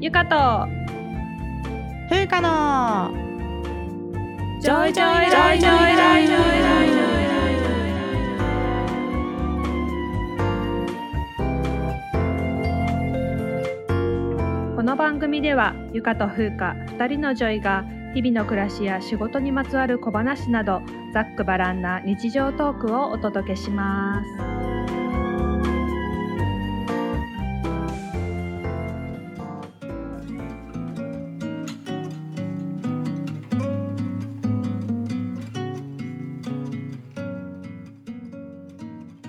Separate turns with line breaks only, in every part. ゆかと
ふうかの
ジョイジョイジョイジョイジョイジョイジョイジョイこの番組ではゆかとふうか2人のジョイが日々の暮らしや仕事にまつわる小話などざっくばらんな日常トークをお届けします。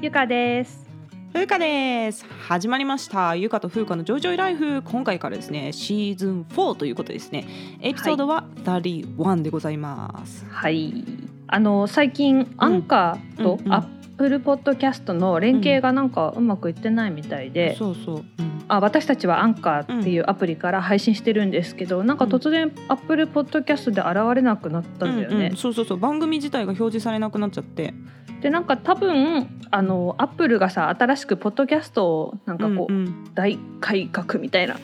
ゆかです。
ふうかです始まりましたゆかとふうかのジョイジョイライフ今回からですねシーズン4ということですねエピソードは31でございます、
はい。あの最近アンカーと
うんうん
アップルポッドキャストの連携がなんかうまくいってないみたいで、
そうそう、うん
あ私たちはアンカーっていうアプリから配信してるんですけど、なんか突然アップルポッドキャストで現れなくなったんだよね。
うんうんそうそうそう番組自体が表示されなくなっちゃって
でなんか多分あのアップルがさ新しくポッドキャストをなんかこう、
うんうん
大改革みたいな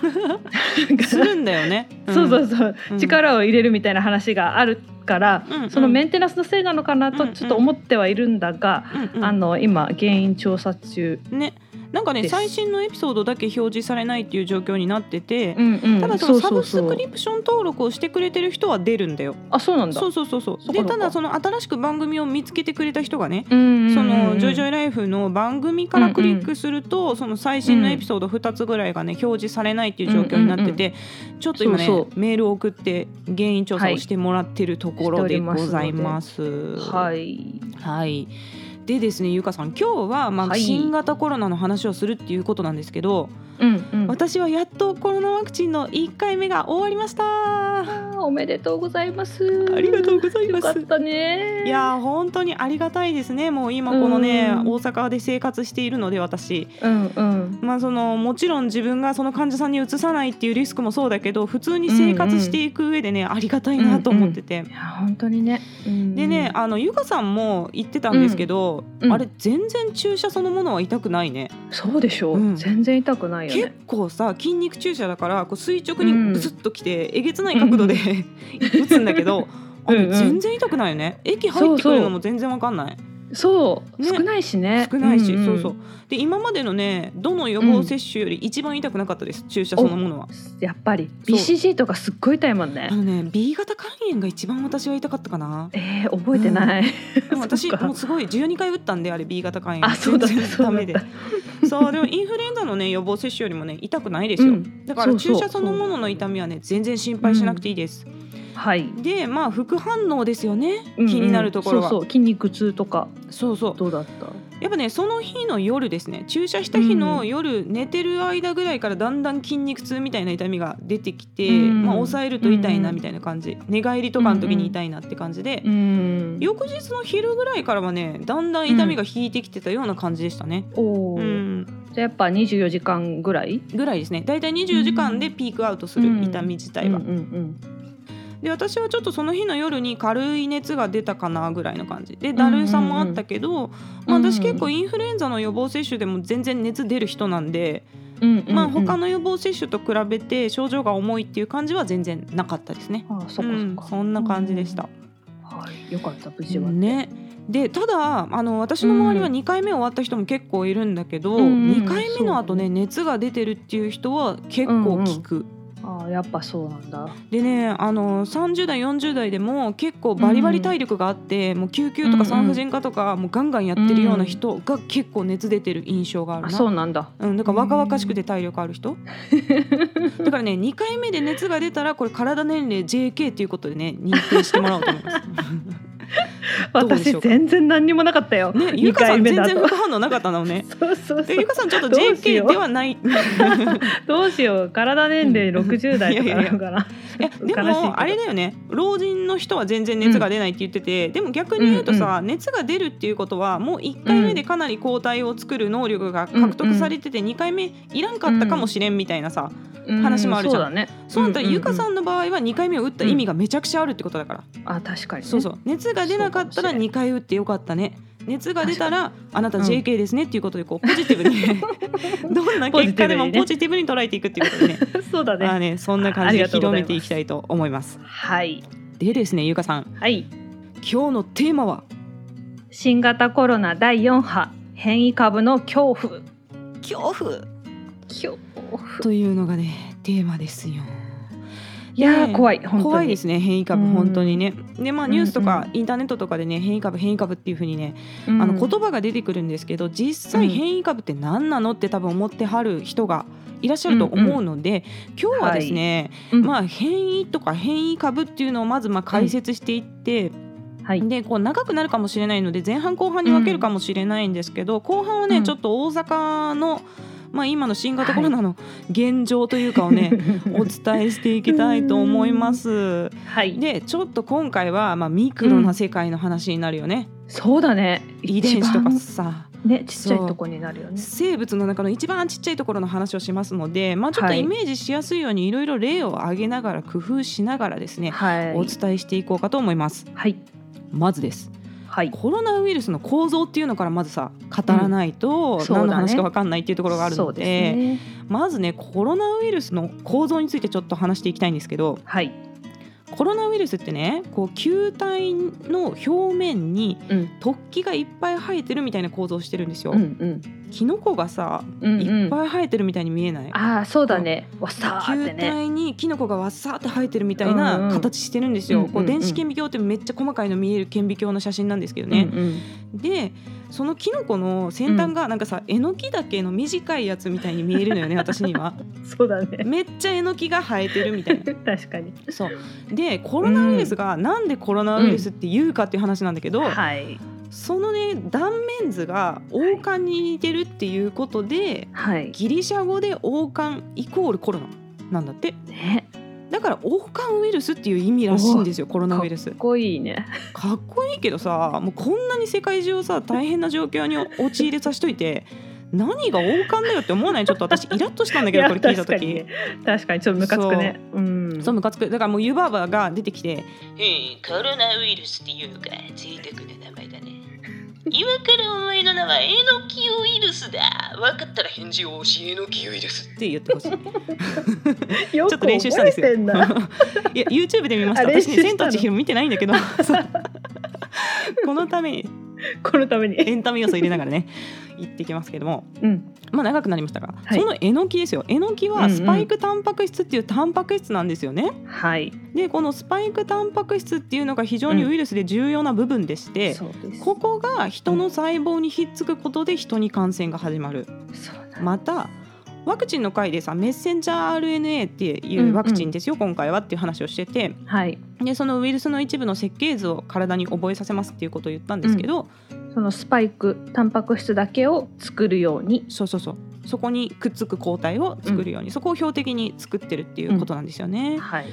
するんだよね、
そうそう
そ
そう、
うん
力を入れるみたいな話があるから、
うんうん
そのメンテナンスのせいなのかな
う
と
んうん
ちょっと思ってはいるんだが。
うん、うん
あの今原因調査中、
ねなんか
で
ね
す
最新のエピソードだけ表示されないっていう状況になってて、
んうん
ただそのサブス
そう
クリプション登録をしてくれてる人は出るんだよ。
あそうなんだ
そうそうそうそう
そこそ
で
こ
ただその新しく番組を見つけてくれた人がね、
うんうんうん
その「ジョイジョイライフ」の番組からクリックすると、その最新のエピソード2つぐらいがね表示されないっていう状況になってて、ちょっと今ね
そう
メールを送って原因調査をしてもらってるところで
はい
ございます。は、
はいい
でですねゆかさん今日はまあ
はい
新型コロナの話をするっていうことなんですけど、
うんうん
私はやっとコロナワクチンの1回目が終わりました。
あおめでとうございます
ありがとうございま
よ
す
かったね
いやー本当にありがたいですねもう今このね
うん
大阪で生活しているので私
うんうん
まあそのもちろん自分がその患者さんにうつさないっていうリスクもそうだけど普通に生活していく上でね、ありがたいなと思ってて、
いや本当にね、うん
でねあのゆかさんも言ってたんですけど、
うんうん
あれ全然注射そのものは痛くないね
そうでしょう、
うん
全然痛くないよ
結
ね
構さ筋肉注射だからこう垂直
うん
にブスッときて、えげつない角度で 打つんだけどあ
うんう
れ
ん
全然痛くないよね液入ってくるのも全然わかんない。
そう、
ね
少ないしね
少ないし、
んん
そうそうで今までのねどの予防接種より一番痛くなかったです、注射そのものは
やっぱり
そう
BCG とかすっごい痛いもんね
あのね B 型肝炎が一番私は痛かったか な
えー、覚えてない、
でも私
そっか
もうすごい12回打ったんであれ B 型肝炎
あそうだった
全然ダメで
そう
そうでもインフルエンザのね予防接種よりもね痛くないですよ、
うん
だか
そ
ら
うそう
注射そのものの痛みはね全然心配しなくていいです、
はい、
でまあ副反応ですよね
うんうん
気になるところは、
そうそう筋肉痛とか
そうそう
どうだった
やっぱねその日の夜ですね注射した日
う
の
ん
夜、寝てる間ぐらいからだんだん筋肉痛みたいな痛みが出てきて、
うん
まあ、抑えると痛いな
うん
みたいな感じ、寝返りとかの時に痛いなって感じで、
うん
翌日の昼ぐらいからはねだんだん痛みが引いてきてたような感じでしたね。
お
う
ー
ん、
じゃあやっぱ24時間ぐらい
ぐらいですねだいたい24時間でピークアウトす
うん
る痛み自体は、
うんうん
で私はちょっとその日の夜に軽い熱が出たかなぐらいの感じでだるさもあったけど、まあ、私結構インフルエンザの予防接種でも全然熱出る人なんで、
うんうんうん
まあ、他の予防接種と比べて症状が重いっていう感じは全然なかったですね。
ああそっかそ
う
っ
ん
か、
そんな感じでした、
はい、よかった無事は、
ね、でただあの私の周りは2回目終わった人も結構いるんだけど、
うん
2回目の後ね熱が出てるっていう人は結構効く。
ああやっぱそうなんだ
でねあの30代40代でも結構バリバリ体力があって、もう救急と
うんう
か
ん
産婦人科とかもうガンガンやってるような人が結構熱出てる印象がある
あ
な。
そうなんだ
うん、だから若々しくて体力ある人だからね2 回目で熱が出たらこれ体年齢 JK ということでね認定してもらおうと思い ますどうでし
私
ょうか
全然何にもなかったよ、
ねゆ
二
かさ
回
ん
目
全
だ
然
と
副反応なかったのね
そうそうそ
でゆ
う
かさんちょっと
どうしよ
JK
う
ではないい
どうしよう体年齢
うん
60代とかなのかな
やで
悲しいけど
もあれだよね老人の人は全然熱が出ないって言ってて、でも逆に言うとさ、熱が出るっていうことはもう1回目でかなり抗体を作る能力が獲得されてて、2回目いらんかったかもしれんみたいなさ、
うん
話もあるじゃん
そうだね
そうなったら
うんうんう
ゆ
ん
かさんの場合は2回目を打った意味がめちゃくちゃあるってことだから、
あ確かに、ね、
そうそう熱が出なかった
そうからもしれん
2回打ってよかったね熱が出たらあなた JK ですねっていうことでこうポジティ ブにどんな結果でもポジティブに捉えていくっていうことでね
そうだ
まあ
ね。
ねそんな感じで広めていきたいと思います。
はい。
でですねゆうかさん
はい。
今日のテーマは
新型コロナ第4波変異株の恐怖。
恐怖
恐怖。
というのがねテーマですよ。
いやー
ね
怖い本当に。
怖いですね変異株
うん
本当にね。でまあニュースと
うん
かインターネットとかでね変異株変異株っていうふうにね
うん。
あの言葉が出てくるんですけど実際
うん
変異株って何なのって多分思ってはる人がいらっしゃると思うので、今日はですね、
うん
まあ、変異とか変異株っていうのをまずまあ解説していって、
はい。
でこう長くなるかもしれないので前半後半に分けるかもしれないんですけど、後半はね、
うん
ちょっと大阪の、まあ、今の新型コロナの現状とい うかをね、お伝えしていきたいと思います。
はい。
でちょっと今回は、まあ、ミクロな世界の話になるよね、
そうだね。
遺伝子とか
一
さ。
番ねちっちゃいとこになるよね。
生物の中の一番ちっちゃいところの話をしますので、まあ、ちょっと
はい
イメージしやすいようにいろいろ例を挙げながら工夫しながらですね、
はい。
お伝えしていこうかと思います。
はい。
まずです
はい。
コロナウイルスの構造っていうのからまずさ語らないと
うん
何の
そうだね
話か分かんないっていうところがある
そ
の
う
で,、
ですね。
まずねコロナウイルスの構造についてちょっと話していきたいんですけど
はい。
コロナウイルスってねこう球体の表面に
うん。
突起がいっぱい生えてるみたいな構造をしてるんですよ。
うん
キノコがさ
うん。うん
いっ
うん。
ぱい生えてるみたいに見えない、
ああそうだね。わさーって
球
ね。
体にキノコがわっさーって生えてるみたい
うんう
なん形してるんですよ。
うんうんうん
こう電子顕微鏡ってめっちゃ細かいの見える顕微鏡の写真なんですけど
うん
ね。
うん。
でそのキノコの先端がなんかさ、えのきだけの短いやつみたいに見えるの よね私には。
そうだね。
めっちゃえのきが生えてるみ たいな。
確かに。
そうでコロナウイルスがなんでコロナウイルスって言うかっていう話なんだけど、
はい。
そのね断面図が王冠に似てるっていうことで
はい。
ギリシャ語で王冠イコールコロナなんだって。
ね。
だから王冠ウイルスっていう意味らしいんですよコロナウイルス
かっこいいね。
かっこいいけどさもうこんなに世界中をさ大変な状況に陥れさしといて何が王冠だよって思わないちょっと私イラッとしたんだけ
い
ど
や
これ聞いた
確かに
時
ね。確かにちょっとムカつくね。うん。
そうムカつくだからもう湯婆婆が出てきて
えーコロナウイルスっていうか贅沢な名前だね今からお前の名はエノキウイルスだ分かったら返事を教えのキウイルス
って言ってほしいちょ
よ
っと練習したんですよ い
く覚えてんな
や YouTube で見ました
あ練
私
習
ね「
したの
千と千尋」見てないんだけど そうこのために
このため
エ
に。
ンタメ要素入れながらね行ってきますけども
うん。
まあ長くなりましたが、
はい
そのえのきですよえのき
うん
は
うん
スパイクタンパク質っていうタンパク質なんですよね、
はい。
でこのスパイクタンパク質っていうのが非常にウイルスで重要な部分でして、
そうです。
ここが人の細胞にひっつくことで人に感染が始まる
そうなんだ
またワクチンの回でさメッセンジャー RNA ってい
んう
うんうワクチンですよ、今回はっていう話をしてて
はい。
でそのウイルスの一部の設計図を体に覚えさせますっていうことを言ったんですけど、
そのスパイクタンパク質だけを作るように。
そうそうそうそこにくっつく抗体を作るように、そこを標的に作ってるっていうことなんですよね。
はい。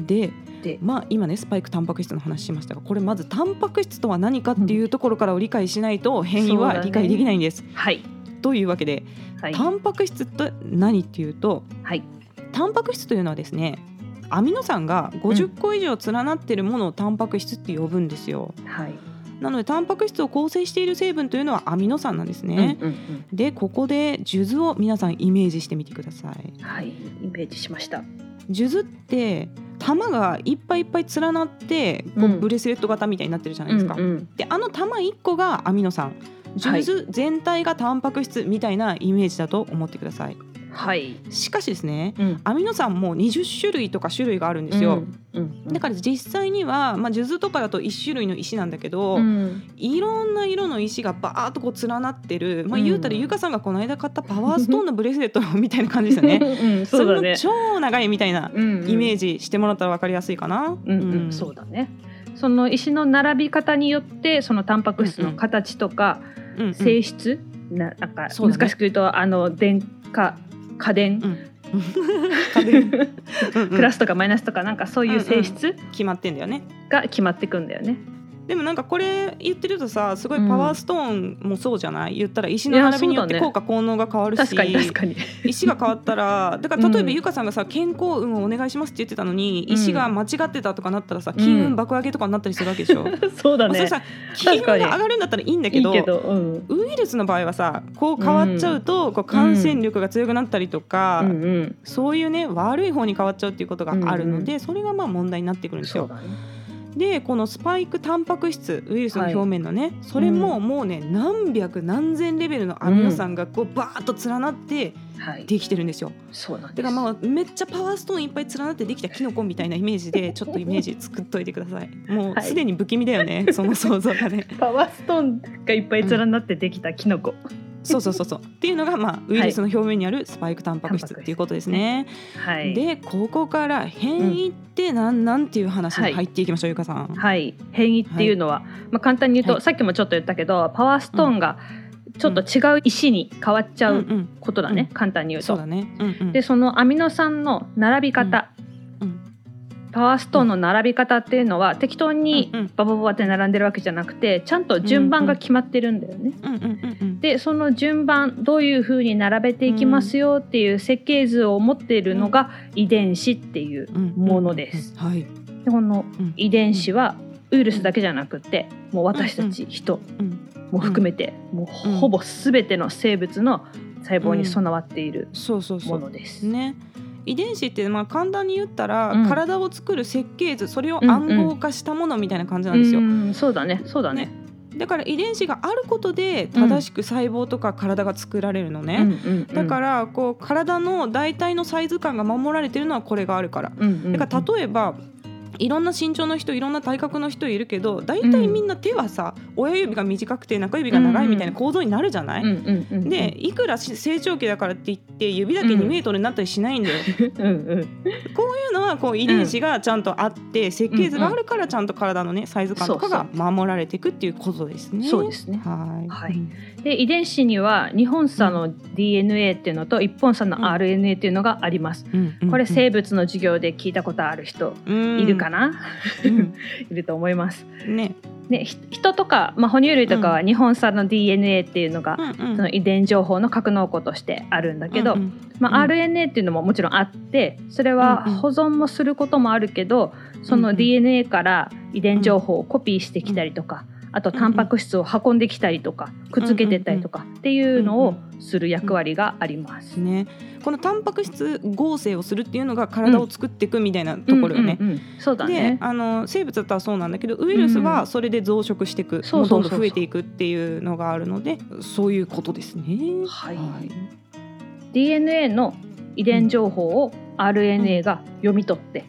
で
で
まあ今ねスパイクタンパク質の話しましたがこれまずタンパク質とは何かっていうところからを理解しないと変異
そうだ
は
ね
理解できないんです。
はい。
というわけで
はい。
タンパク質って何っていうと
はい。
タンパク質というのはですねアミノ酸が50個以上連なってるものをタンパク質って呼ぶんですよ。
はい。
なのでタンパク質を構成している成分というのはアミノ酸なんです
うん
ね。
うん
でここで数珠を皆さんイメージしてみてください。
うん。はい。イメージしました。
数珠って玉がいっぱいいっぱい連なってこ
う
うんブレスレット型みたいになってるじゃないですか。
うんうん
であの玉1個がアミノ酸
は
数
い。
珠全体がタンパク質みたいなイメージだと思ってください
はい。
しかしですね
うん。
アミノ酸も20種類とか種類があるんですよ、
うん。うん。
だから実際には、まあ、数珠とかだと1種類の石なんだけど、
うん。
いろんな色の石がバーっとこう連なってる、まあ、
うん
言うたらゆかさんがこの間買ったパワーストーンのブレスレットみたいな感じですよ ね。
うん。そうだね。
それも超長いみたいな
うん。
イメ
ジ
ージしてもらったら分かりやすいかな。
うんうん、そうだね。その石の並び方によってそのタンパク質の形とか
うんうん
性質、ななんか
そうだね
難しく言うとあの電化家電、
うん 家電うんうん
プラスとかマイナスとかなんかそういう性質
決まってんだよね。
が決まってくんだよね。
でもなんかこれ言ってるとさすごいパワーストーンもそうじゃない、言ったら石の並びによっ
い
て
やそ
効
う
果効能が変わる
確
し
かに確かに
石が変わったらだから例え
うん
ばゆかさんがさ健康運をお願いしますって言ってたのに
うん
石が間違ってたとかなったらさ
うん
金運爆上げとかになったりするわけでしょ、ま
そうだ
あそれ
ね
さ金運
確
が
かに
上がるんだったらいいんだ
い
け
い
ど
けど、うん、
ウイルスの場合はさこう変わっちゃうと、こう感染力が強くなったりとか、
うんうん
そういうね悪い方に変わっちゃうっていうことがあるので、それがまあ問題になってくるんです
そう
よ。
だね
でこのスパイクタンパク質ウイルスの表面のね、それももうね何百何千レベルのアミノ酸がこうバーッと連なって
はい
できてるんですよ。
そうなんです
だからまあめっちゃパワーストーンいっぱい連なってできたキノコみたいなイメージでちょっとイメージ作っといてください。も
は
う
い
すでに不気味だよね、その想像がね。
パワーストーンがいっぱい連なってできたキノコ、
そうそうそうそう。っていうのがまあウイルスの表面にあるスパイクタンパク質っていうことですね。
はい
でここから変異ってなんなんっていう話に入っていきましょう、ゆかさん。
はい、変異っていうのは、まあ、簡単に言うと、
はい
さっきもちょっと言ったけどパワーストーンがちょっと違う石に変わっちゃ
うんう。
うんことだね、
うん
簡単に言う
そ
と。
うだね。うんうん。
でそのアミノ酸の並び方、
うん
パワーストーンの並び方っていうのは適当に
うんうん
ババババって並んでるわけじゃなくてちゃんと順番が決まってるんだよね。
うんうんうんうん。
でその順番どういう風に並べていきますよっていう設計図を持っているのが遺伝子っていう
うん
ものです。
うんはい。
でこの
うん
遺伝子はウイルスだけじゃなくてもう私たち人
うん
も含めて、もうほぼ全ての生物の細胞に備わっている
そうそうそ
も
う。
のです。
ね遺伝子ってまあ簡単に言ったら、
うん
体を作る設計図それを暗号化したものみたいな感じなんですよ、
うんそうだねそうだね。、
だから遺伝子があることで正しく細胞とか体が作られるのね、だかららこう体の大体のサイズ感が守られてるのはこれがあるから
うんうんうん
だから例えば、いろんな身長の人いろんな体格の人いるけど大体みんな手はさ、親指が短くて中指が長いみたいな構造になるじゃない、
うんうんうんうん
でいくらし成長期だからって言って指だけ2メートルになったりしない んだよ、
うんうん
こういうのはこう遺伝子がちゃんとあって、設計図があるからちゃんと体のねサイズ感とかが守られていくっていうことですね。
そうですね。
はい。
はいで遺伝子には2本差の DNA っていうのと1本差の
うん
RNA っていうのがあります。
うん
これ生物の授業で聞いたことある人いるか
な。
な、
うん
いると思います。
ね。
ねひ人とか、まあ、哺乳類とかは2本差の DNA っていうのが
うんう ん
その遺伝情報の格納庫としてあるんだけど、
うんうん
まあ、
うん
RNA っていうのももちろんあってそれは
うんうん
保存もすることもあるけどそ
うんう
の
ん
DNA から遺伝情報をコピーしてきたりとかあと
うん
タンパク質を運んできたりとかくっつけてったりとかっていうのをする役割があります。
ね。このタンパク質合成をするっていうのが体を作っていくみたいなところよね。
うんうんうんそうだ
で
ね、
あの生物だったらそうなんだけどウイルス
うん
はそれで増殖していく、
そう
どん
そ
ど
うんそうそう
増えていくっていうのがあるのでそういうことですね。
はい DNA の遺伝情報を RNA が読み取って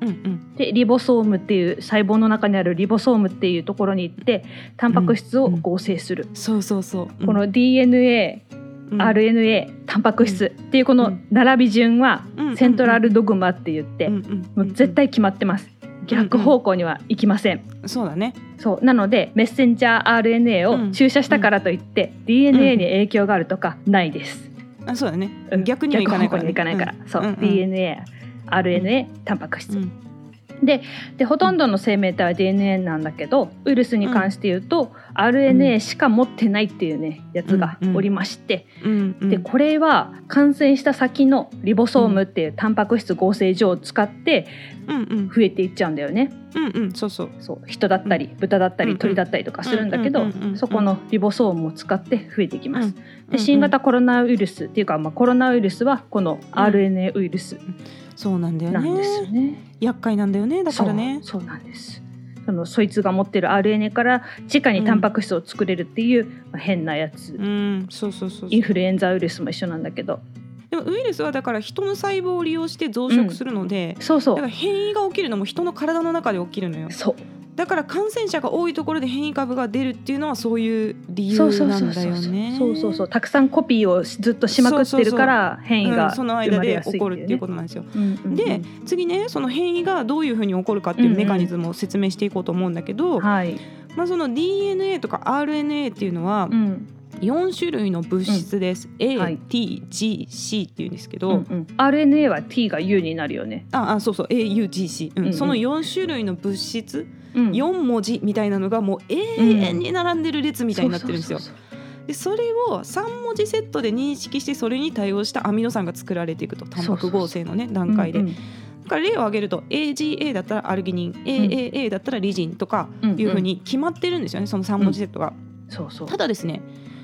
うんうん
でリボソームっていう細胞の中にあるリボソームっていうところに行ってタンパク質を合成する、
そうそうそう。うん
この DNA、
うん
RNA タンパク質っていうこ
う
の
ん
並び順は
うん
セントラルドグマって言って、もう絶対決まってます逆方向には行きません、
そうだね
そうなのでメッセンジャー RNA
う
を
ん
注射したからといって、DNA に影響があるとかないです、
あそうだね
うん
逆にはいかないからね
逆方向に行かないから、そう、
うんうん
DNA RNA タンパク質、
うん
でほとんどの生命体は DNA なんだけどウイルスに関して言うと、RNA しか持ってないっていうねやつがおりまして、
うんうん
でこれは感染した先のリボソームっていうタンパク質合成所を使って
うんうん
増えていっちゃうんだよね。
うんうんそうそう
そう人だったり豚だった
う
り
ん
鳥だったりとかするんだけど
うんうんうんうん
そこのリボソームを使って増えていきます。
うんう
で
ん
新型コロナウイルスっていうか、まあ、コロナウイルスはこの RNA ウイルス
そうなんだよ
なんですよ
ね
ね。
厄介なんだよねだからね
そうそうなんですそのそいつが持ってる RNA から直にタンパク質を作れるっていう、まあ変なやつ、
うんそうそうそうそう
インフルエンザウイルスも一緒なんだけど
でもウイルスはだから人の細胞を利用して増殖するので、
そうそ
だから
う
変異が起きるのも人の体の中で起きるのよ
そう
だから感染者が多いところで変異株が出るっていうのはそういう理由
そうそう
な
そうん
だ
そう
よね
そうそうそうたくさんコピーをずっとしまくってるから変異
う
が
んそ
生
の
ま
間
れ
で
やすい
起こるっていうこととなんですよ
と
で次ねその変異がどういうふうに起こるかっていうメカニズムを説明していこうと思うんだけど、
はい、
まあ、その DNA とか RNA っていうのは
うん
4種類の物質です、
はい
ATGC っていうんですけど、
うんうん、RNA は T が U になるよね
ああそうそう AUGC、うん
うんうん
その4種類の物質
うん
4文字みたいなのがもう永遠に並んでる列みたいになってるんですよ。
そうそう
でそれを3文字セットで認識してそれに対応したアミノ酸が作られていくとタンパク合成のね
そう
段階で。
う
だ
ん
から例を挙げると AGA だったらアルギニン AAA だったらリジンとか
うん
いうふう
うん
に決まってるんですよねその3文字セットが。
そうそう
ただですね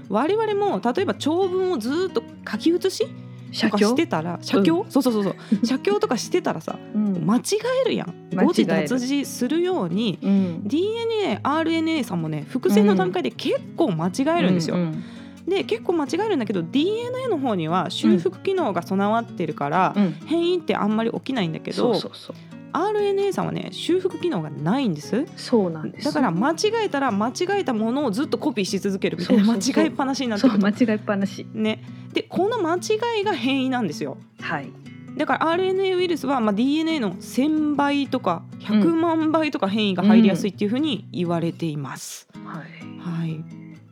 我々も例えば長文をずーっと書き写しと
社
か
協
してたら写経、そうそうそうそう写経とかしてたらさ
うん
間違えるやん
間違える
誤字脱字するように
うん
DNARNA さんもね複製の段階で結構間違えるんですよ。
ううん
で結構間違えるんだけど DNA の方には修復機能が備わってるから、
うん
変異ってあんまり起きないんだけ
そ
ど
うそうそう
RNA さんはね修復機能がないんです
そうなんです
だから間違えたら間違えたものをずっとコピーし続けるみたいな
そうそうそう
間違いっぱなしになっ
そ
てく
う
る
間違いっぱなし
ねでこの間違いが変異なんですよ
はい
だから RNA ウイルスは、まあ、DNA の1,000倍とか100万倍とか変異が入りやすいっていうふうに言われています、
はい
はい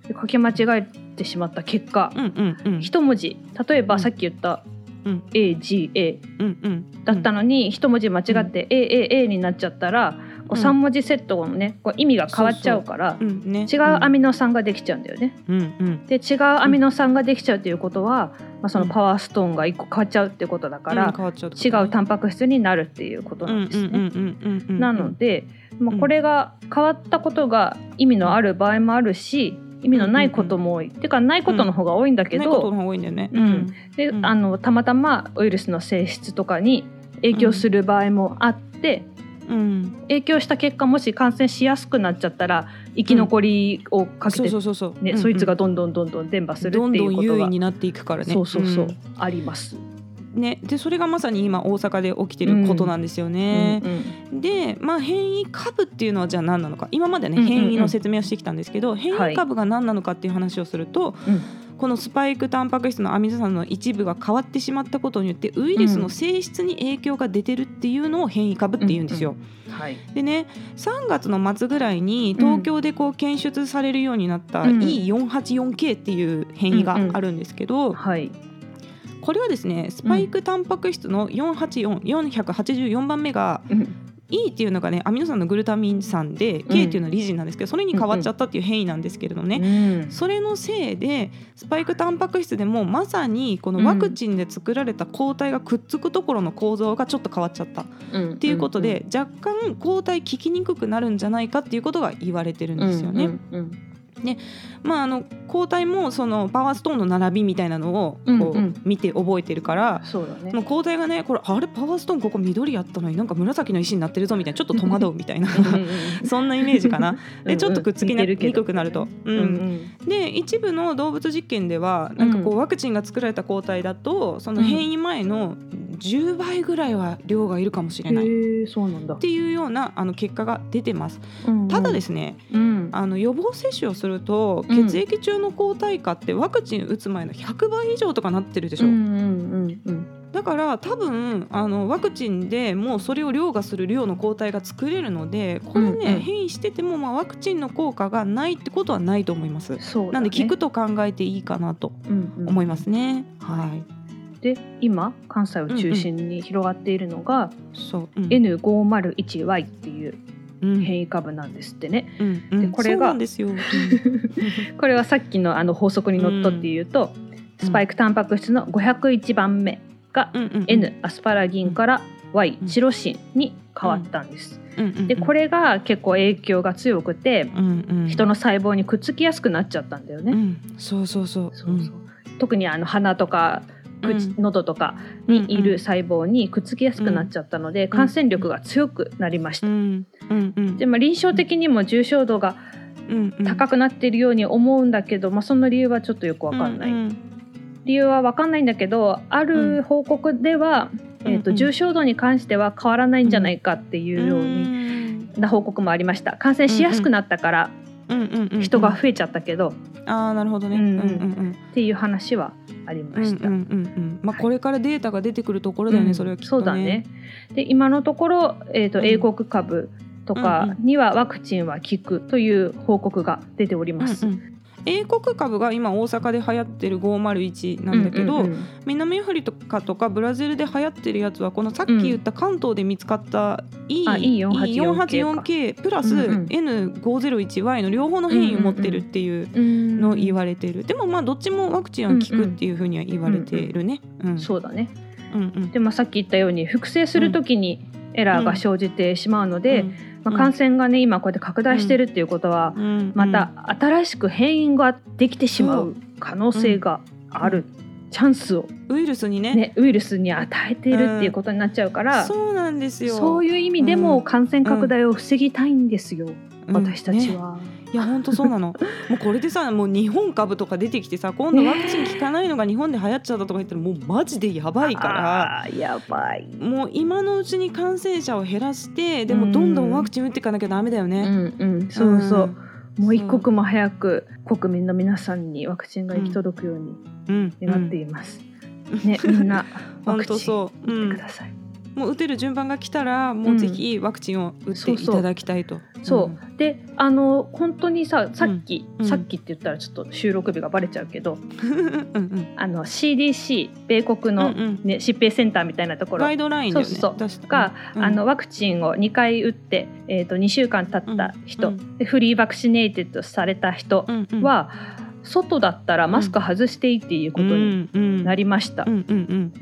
で書き間違えてしまった結果
うんうんうん
一文字例え
う
ば
ん
さっき言った
うん
AGA
うんうん
だったのに一文字間違って AAA になっちゃったらこう
うん
三文字セットのねこう意味が変わっちゃうから
うん、うんね
違うアミノ酸ができちゃうんだよね。
うんうん
で違うアミノ酸ができちゃうということは、まあ、そのパワーストーンが一個変わっちゃうってことだから、
うん変わっちゃってこと
違うタンパク質になるっていうことなんですね。
うんうんうんうんうんうん
なので、ま
う
あ、
ん
これが変わったことが意味のある場合もあるし意味のないことも多い、てかないことの方が多いんだけ
ないこと
ど、
の方が多いんだよね。
うんで
うん
あのたまたまウイルスの性質とかに影響する場合もあって、
うん、
影響した結果もし感染しやすくなっちゃったら生き残りをかけ
そう
て、
そうそうそう。
ね
うんうん
そいつがどんどんどんどん伝播するって
どん
い
ど
うんこと
優
が
位になっていくからね。
そうそうそう、
ん
あります。
ね、でそれがまさに今大阪で起きてることなんですよね。
うん
で、まあ変異株っていうのはじゃあ何なのか。今までね
うんうんうん
変異の説明をしてきたんですけど、変異株が何なのかっていう話をすると、
うん
このスパイクタンパク質のアミノ酸の一部が変わってしまったことによってウイルスの性質に影響が出てるっていうのを変異株って言うんですよ。
うんはい、
でね3月の末ぐらいに東京でこう検出されるようになった
うん
E484K っていう変異があるんですけど、
はい、
これはですねスパイクタンパク質の484484番目が
うん
E っていうのがねアミノ酸のグルタミン酸で K っていうのはリジンなんですけどそれに変わっちゃったっていう変異なんですけれどもね、
うん
それのせいでスパイクタンパク質でもまさにこのワクチンで作られた抗体がくっつくところの構造がちょっと変わっちゃった
っ
っていうことで、若干抗体効きにくくなるんじゃないかっていうことが言われてるんですよね。
うんうんうん
まああの抗体もそのパワーストーンの並びみたいなのを
うん
こ
うん
う見て覚えてるから。
そうだね
もう抗体がねこれあれパワーストーンここ緑やったのになんか紫の石になってるぞみたいなちょっと戸惑うみたいなそんなイメージかな でちょっとくっつきにくくなると、う
うんんうん
で一部の動物実験ではなんかこ
う
うワクチンが作られた抗体だとその変異前の10倍ぐらいは量がいるかもしれ
似てるけど
ない
へえそうなんだ
っていうようなあの結果が出てます。ただですね、
うん
あの予防接種をすると
うん
血液中の抗体価ってワクチン打つ前の100倍以上とかなってるでしょ。
うんうんうん
だから多分あのワクチンでもうそれを凌駕する量の抗体が作れるので、これね、
うんうん
変異しててもまあワクチンの効果がないってことはないと思います
うん。そう
な
だ
ん
ね
で聞くと考えていいかなと
うんうん
思いますね。はい。
で今関西を中心に広がっているのが
そう。うん
N501Y っていう
うん
変異株なんですってね
うんうん
でこれが
そうなんですよ。うん
これはさっきのあの法則にのっとっていうとスパイクタンパク質の501番目が
うんうんうん
N アスパラギンから Y
うん
チロシンに変わったんです。
うんうんうん
でこれが結構影響が強くて
うんうん
人の細胞にくっつきやすくなっちゃったんだよ
う
ね。
ん、そうそうそう。
そうそう特にあの鼻とか口、
うん
喉とか
うん
にいる細胞にくっつきやすくなっちゃったので、感染力が強くなりまし
う
た。
んうんうん
でまあ、臨床的にも重症度が
うんうん
高くなっているように思うんだけど、まあ、その理由はちょっとよくわかんない、
ううん
理由はわかんないんだけどある報告では、えー、
うんう
と
ん
重症度に関しては変わらないんじゃないかっていうように
に
な報告もありました感染しやすくなったから人が増えちゃったけど、
ああなるほどね。
う
うんん
う
うんんうん
っていう話はあり
う
ま
んう
し
ん
た。
うんうん。まあ
はい
これからデータが出てくるところだよ
う
ね。
ん
それはきっ
そ
と
うだね。で今のところ、えー、と
うん
英国株とかにはワクチンは効くという報告が出ており
うん
ま
う
す。
ん。英国株が今大阪で流行ってる501なんだけ
う
ど、
んうんうん
南アフリカとかブラジルで流行ってるやつはこのさっき言った関東で見つかった
あ
E484K
E484K
プラス
うんうん
N501Y の両方の変異を持ってるっていう
うん
のを言われてるでもまあどっちもワクチンは効くっていうふうには言われてるね。うん
そうだね
うんうん
で、まあ、さっき言ったように複製するときにエラーが生じてしまうので、まあ、感染がね今こうやって拡大してるっていうことは、
うんうん
また新しく変異ができてしまう可能性がある、チャンスを、
ウイルスにね
ね、ウイルスに与えているっていうことになっちゃうから、
そうなんですよ
そういう意味で
う
も
ん
感染拡大を防ぎたいんですよ、
うん
私たち
ね
は。
いや本当そうな のもうこれでさもう日本株とか出てきてさ今度ワクチン効かないのが日本で流行っちゃったとか言ったらもうマジでやばいから。
あーやばい。
もう今のうちに感染者を減らしてで
う
も
ん
どんどんワクチン打っていかなきゃダメだよ
う
ね。
んうん、そうそう、もう一刻
も、
も早く国民の皆さんにワクチンが行き届くように
うんうん
願っています。ね、みん なワ
本
ク
当
チン打っ
そう、う
て
ん
く、ださい。
もう打てる順番が来たらもうぜひワクチンを打って
そう
い
そう
ただきたいと。
そうんであの本当にささっき、
うん
さっきって言ったらちょっと収録日がバレちゃうけど
うんうん
あの CDC 米国
うんう
の、
ん
ね疾病センターみたいなところ
ガイドラインだよね。
そうそうそう
確か
が、
うん
あのワクチンを2回打って、えー、と2週間経った人、
うんうん
でフリーバクシネイテッドされた人
うんうん
は、外だったらマスク外していいっていうことに
に
なりました。
うんうんうん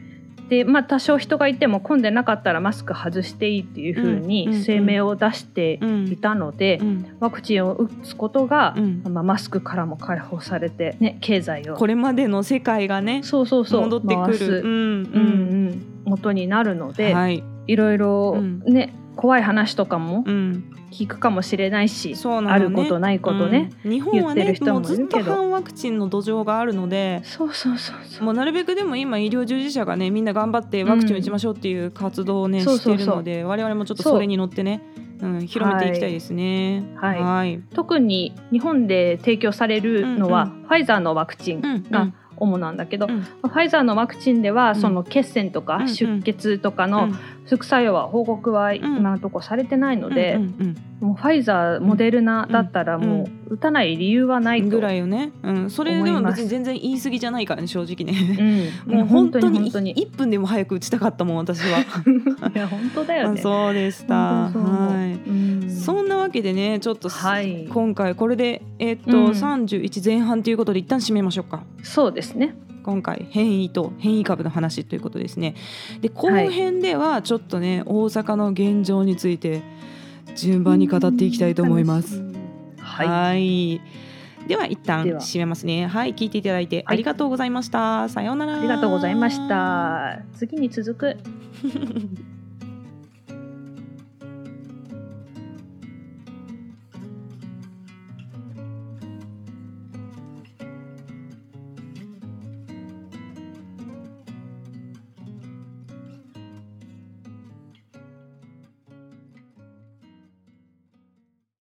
でまあ多少人がいても混んでなかったらマスク外していいっていうふう
うんうんう
に
ん
声明を出して
うん
いたので、
うん
ワクチンを打つことが
う、ん
まあ、マスクからも解放されて、ね、経済を
これまでの世界がね
そうそうそう
戻ってく
回す
る、うん
うんうん、元になるので、
はい、
いろいろ
うん
ね、怖い話とかも
うん、
聞くかもしれないし、
そうなのね
あることないことね、、
うん日本
言
は
って
ね
る人
も
も
う
いるけ
ず
ど
っと反ワクチンの土壌があるので
そうそうそうそう
もうなるべくでも今医療従事者がねみんな頑張ってワクチンを打ちましょうっていう活動をね、
うんそう
して
そ
いう
そう
るので我々もちょっとそれに乗ってねう、ん、広めていきたいですね。
はい
い
特に日本で提供されるのは、
うん
ファイザーのワクチン
うん
が主なんだけど、
うん
ファイザーのワクチンでは、
ん
その血栓と
うんう
か
ん
出血とか
う
の
ん
副作用は報告は今のところされてないので、
うんうん
もうファイザーモデルナだったら
うん
もう打たない理由はな
う
い
ん
と、
ぐらいよね、うん、それでも
思います
別に全然言い過ぎじゃないからね正直ね。
うん、
もう本当に
本当に
1分でも早く打ちたかったもん私は。
いや本当だよ
あ
ね。
そうでし
本
た。
当にそう思う
はい。
うん
そんなわけでねちょっとす、
はい
今回これで、えーっと
うん
31前半ということで一旦締めましょうか
そうですね。
今回変異と変異株の話ということですねで後編ではちょっとね、大阪の現状について順番に語っていきたいと思います。
はい、
はいでは一旦
では
締めますねはい聞いていただいて
はい
ありがとうございました、さようなら
ありがとうございました。次に続く。